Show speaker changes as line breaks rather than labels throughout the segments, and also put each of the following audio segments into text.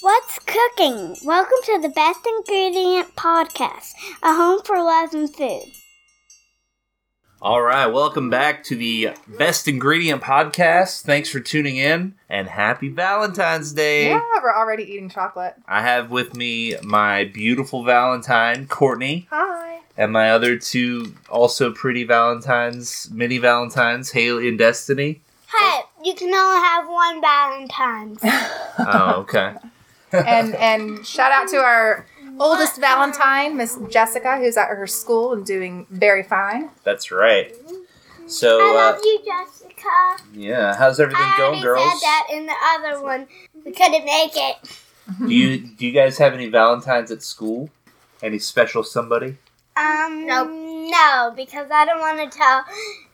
What's cooking? Welcome to the Best Ingredient Podcast, a home for love and food.
All right, welcome back to the Best Ingredient Podcast. Thanks for tuning in and happy Valentine's Day.
Yeah, we're already eating chocolate.
I have with me my beautiful Valentine, Courtney,
Hi.
and my other two also pretty Valentines, mini Valentines, Haley and Destiny.
Hey, you can only have one Valentine's.
Oh, okay.
and and shout out to our oldest Valentine, Miss Jessica, who's at her school and doing very fine.
That's right.
I
So, uh,
love you, Jessica.
yeah, how's everything
I already
going, girls?
said that in the other one. We couldn't make it.
Do you do you guys have any Valentines at school? Any special somebody?
Um, no, because I don't want to tell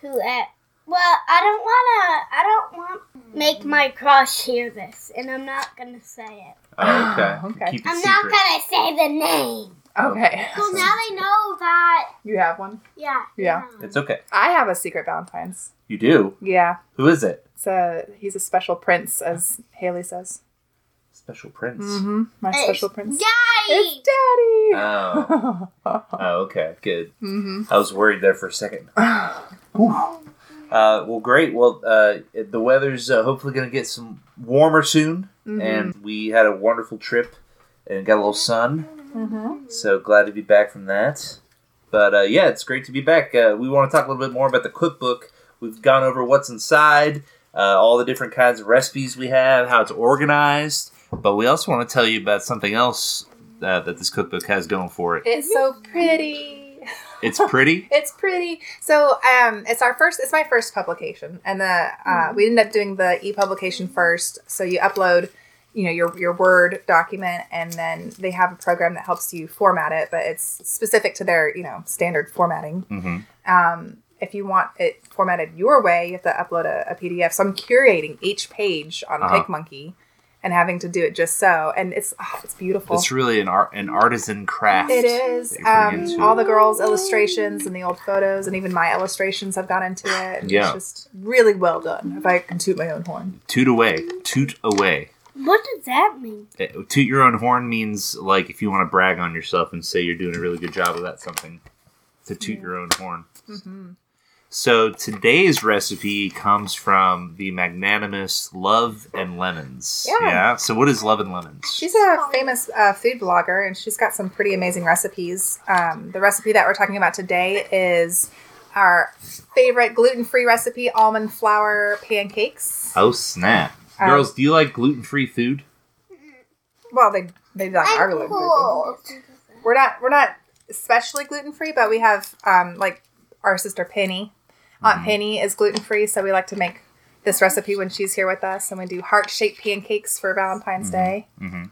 who. It, well, I don't want to. I don't want make my crush hear this, and I'm not gonna say it.
Oh, okay.
Okay.
Keep it
I'm not
secret.
gonna say the name.
Okay.
So now they know that.
You have one.
Yeah.
Yeah.
It's okay.
I have a secret Valentine's.
You do.
Yeah.
Who is it?
It's a, he's a special prince, as Haley says.
Special Prince.
Mm-hmm. My
It's
special prince.
Daddy.
It's Daddy. Mm-hmm.
Oh. oh, okay, good.
hmm
I was worried there for a second.
Mm-hmm.
Uh, well, great. Well, uh, the weather's uh, hopefully going to get some warmer soon,
Mm-hmm.
and we had a wonderful trip and got a little sun.
hmm
So glad to be back from that. But uh, yeah, it's great to be back. Uh, we want to talk a little bit more about the cookbook. We've gone over what's inside, uh, all the different kinds of recipes we have, how it's organized. But we also want to tell you about something else uh, that this cookbook has going for it.
It's so pretty.
It's pretty.
It's pretty. So um, it's our first. It's my first publication, and the
Mm-hmm.
uh, we ended up doing the e-publication first. So you upload, you know, your your Word document, and then they have a program that helps you format it, but it's specific to their you know standard formatting.
hmm
Um, if you want it formatted your way, you have to upload a, a PDF. So I'm curating each page on
Uh-huh.
PicMonkey, and having to do it just so, and it's oh, it's beautiful.
It's really an art, an artisan craft.
It is.
that you're putting
Um,
into
all the girls' illustrations and the old photos, and even my illustrations have gone into it.
Yeah.
It's just really well done, if I can toot my own horn.
Toot away, toot away.
What does that mean?
Uh, Toot your own horn means like if you want to brag on yourself and say you're doing a really good job about something. To toot your own horn.
Mm-hmm.
So today's recipe comes from the magnanimous Love and Lemons.
Yeah.
So what is Love and Lemons?
She's a famous uh, food blogger, and she's got some pretty amazing recipes. Um, the recipe that we're talking about today is our favorite gluten free recipe almond flour pancakes.
oh snap!
Um,
Girls, do you like gluten-free food?
Well, they, they like our gluten free. We're not we're not especially gluten free, but we have um, like our sister Penny. Aunt Penny is gluten free, so we like to make this recipe when she's here with us, and we do heart shaped pancakes for Valentine's Day.
mhm.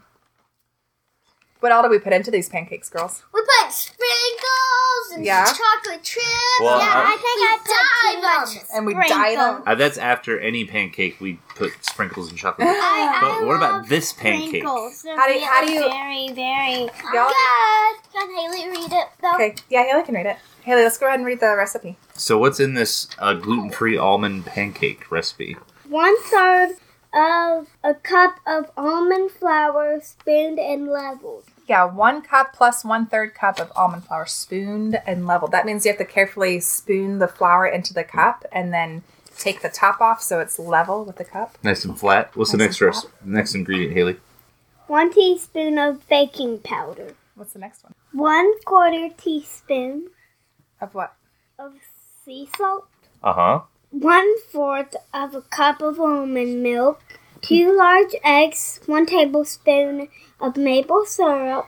What all do we put into these pancakes, girls?
We put sprinkles and
Yeah.
chocolate chips.
Well, uh,
Yeah,
I-
I think I put too much.
And we dye them.
sprinkles.
Uh, that's after any pancake. We put sprinkles and chocolate.
I, I
But what about
love
this pancake?
sprinkles. They're
How do you- how do
really
you-
Very, very.
Y'all-
Good. Can Haley read it though?
Okay, yeah, Haley can read it. Haley, let's go ahead and read the recipe.
So what's in this uh, gluten-free almond pancake recipe?
One third of a cup of almond flour spooned and leveled.
Yeah, one cup plus one third cup of almond flour, spooned and leveled. That means you have to carefully spoon the flour into the cup and then take the top off so it's level with the cup.
Nice and flat. What's the
Nice
next
and
recipe? Next ingredient, Haley.
One teaspoon of baking powder.
What's the next one?
One quarter teaspoon
Of what?
of sea salt.
Uh huh.
One fourth of a cup of almond milk. Two large eggs. One tablespoon of maple syrup.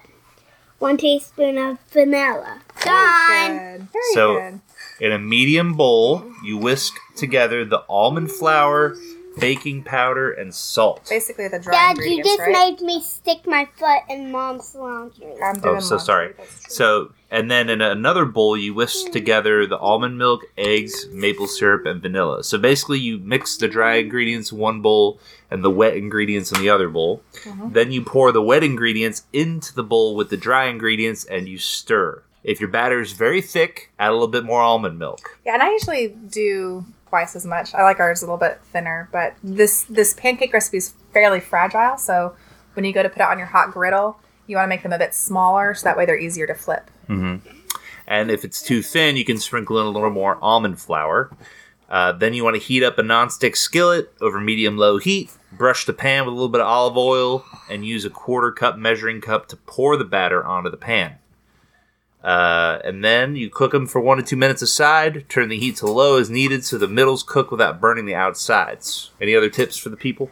One teaspoon of vanilla. Done.
Good. Very
So-
good.
In a medium bowl, you whisk together the almond flour, baking powder, and salt.
Basically, the dry
Dad, you
ingredients,
just
right?
made me stick my foot in mom's laundry.
I'm doing
Oh, so
laundry,
sorry.
that's true.
So, and then in another bowl, you whisk together the almond milk, eggs, maple syrup, and vanilla. So basically, you mix the dry ingredients in one bowl and the wet ingredients in the other bowl. Then you pour the wet ingredients into the bowl with the dry ingredients and you stir. If your batter is very thick, add a little bit more almond milk.
Yeah, and I usually do twice as much. I like ours a little bit thinner, but this this pancake recipe is fairly fragile, so when you go to put it on your hot griddle, you want to make them a bit smaller so that way they're easier to flip.
And if it's too thin, you can sprinkle in a little more almond flour. Uh, then you want to heat up a nonstick skillet over medium low heat. Brush the pan with a little bit of olive oil and use a quarter cup measuring cup to pour the batter onto the pan. Uh, and then you cook them for one to two minutes aside. Turn the heat to low as needed so the middles cook without burning the outsides. Any other tips for the people?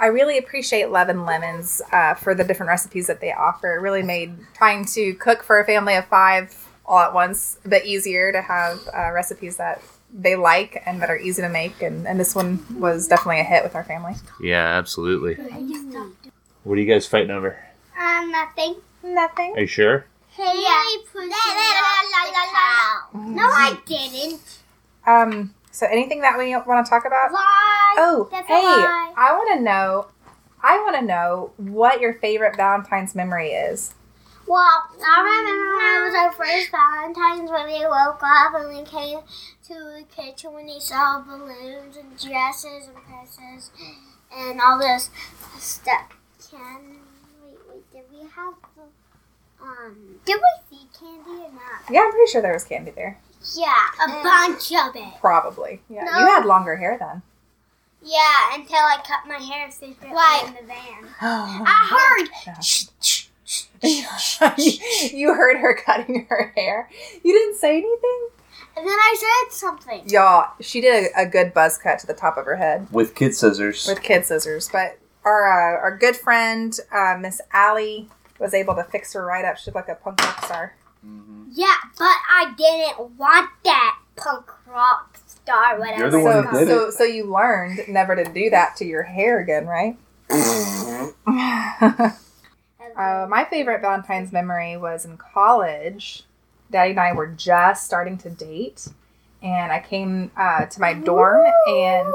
I really appreciate Love and Lemons uh, for the different recipes that they offer. It really made trying to cook for a family of five all at once a bit easier to have uh, recipes that they like and that are easy to make. And, and this one was definitely a hit with our family.
Yeah, absolutely. What are you guys fighting over?
Uh,
Um, nothing.
Nothing.
Are you sure?
Haley pushed it off the cow. No, I didn't.
Um, so, anything that we want to talk about?
Why?
Oh,
That's
hey,
a lie.
I want to know. I want to know what your favorite Valentine's memory is.
Well, I remember when it was our first Valentine's when we woke up and we came to the kitchen when we saw balloons and dresses and presents and all this stuff. Can wait, wait, did we have the um did we see candy or not? Uh,
Yeah, I'm pretty sure there was candy there.
Yeah, a bunch of it.
Probably. Yeah,
No.
you had longer hair then.
Yeah, until I cut my hair secretly in the van. I heard
you heard her cutting her hair. You didn't say anything.
and then I said something.
Y'all, she did a, a good buzz cut to the top of her head
With kid scissors.
with kid scissors. But our uh, our good friend uh, Miss Allie was able to fix her right up. She looked like a punk rock star.
Yeah, but I didn't want that punk rock star, whatever.
You're the one
so,
who did
so, so you learned never to do that to your hair again, right?
Mm-hmm.
uh, my favorite Valentine's memory was in college. Daddy and I were just starting to date, and I came uh, to my dorm, and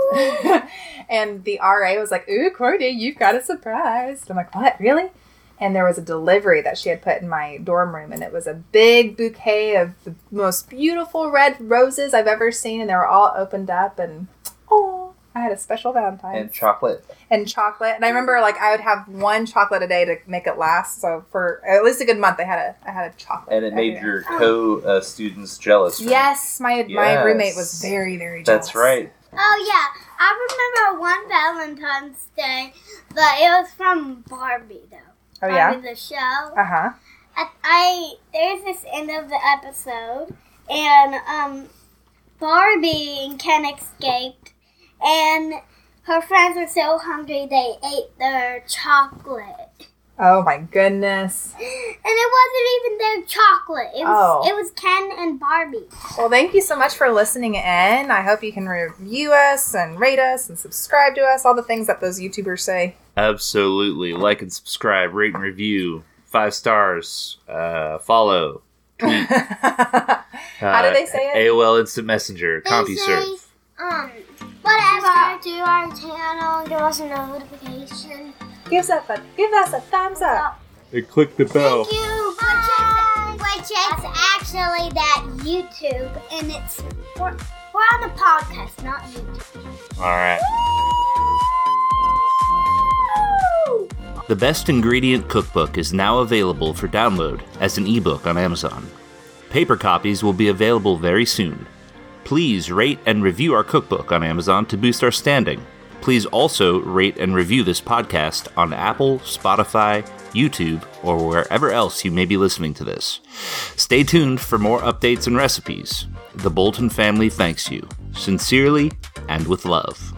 and the RA was like, "Ooh, Courtney, you've got a surprise." And I'm like, "What? Really?" And there was a delivery that she had put in my dorm room, and it was a big bouquet of the most beautiful red roses I've ever seen, and they were all opened up, and oh, I had a special Valentine
chocolate.
and chocolate. And I remember like I would have one chocolate a day to make it last. So for at least a good month, I had a I had a chocolate.
And it
every
made
day.
your co uh, students jealous. right?
yes. My my
Yes.
roommate was very very. jealous.
That's right.
Oh yeah, I remember one Valentine's Day, but it was from Barbie though.
Oh yeah.
Barbie the show.
Uh huh.
I, I there's this end of the episode, and um, Barbie and Ken escaped, and her friends were so hungry they ate their chocolate.
Oh my goodness.
And it wasn't even their chocolate. It was
Oh.
it was Ken and Barbie.
Well, thank you so much for listening in. I hope you can review us and rate us and subscribe to us. All the things that those YouTubers say.
Absolutely. Like and subscribe, rate and review, five stars, uh, follow. Uh,
How do they say it?
AOL Instant Messenger, CompuServe.
Um, whatever. To our channel, give us a notification.
Give us a give us a thumbs up.
And click the
Thank you. Which is actually that YouTube, and it's we're, we're on the podcast, not YouTube.
All right. The Best Ingredient Cookbook is now available for download as an ebook on Amazon. Paper copies will be available very soon. Please rate and review our cookbook on Amazon to boost our standing. Please also rate and review this podcast on Apple, Spotify, YouTube, or wherever else you may be listening to this. Stay tuned for more updates and recipes. The Bolton family thanks you. Sincerely and with love.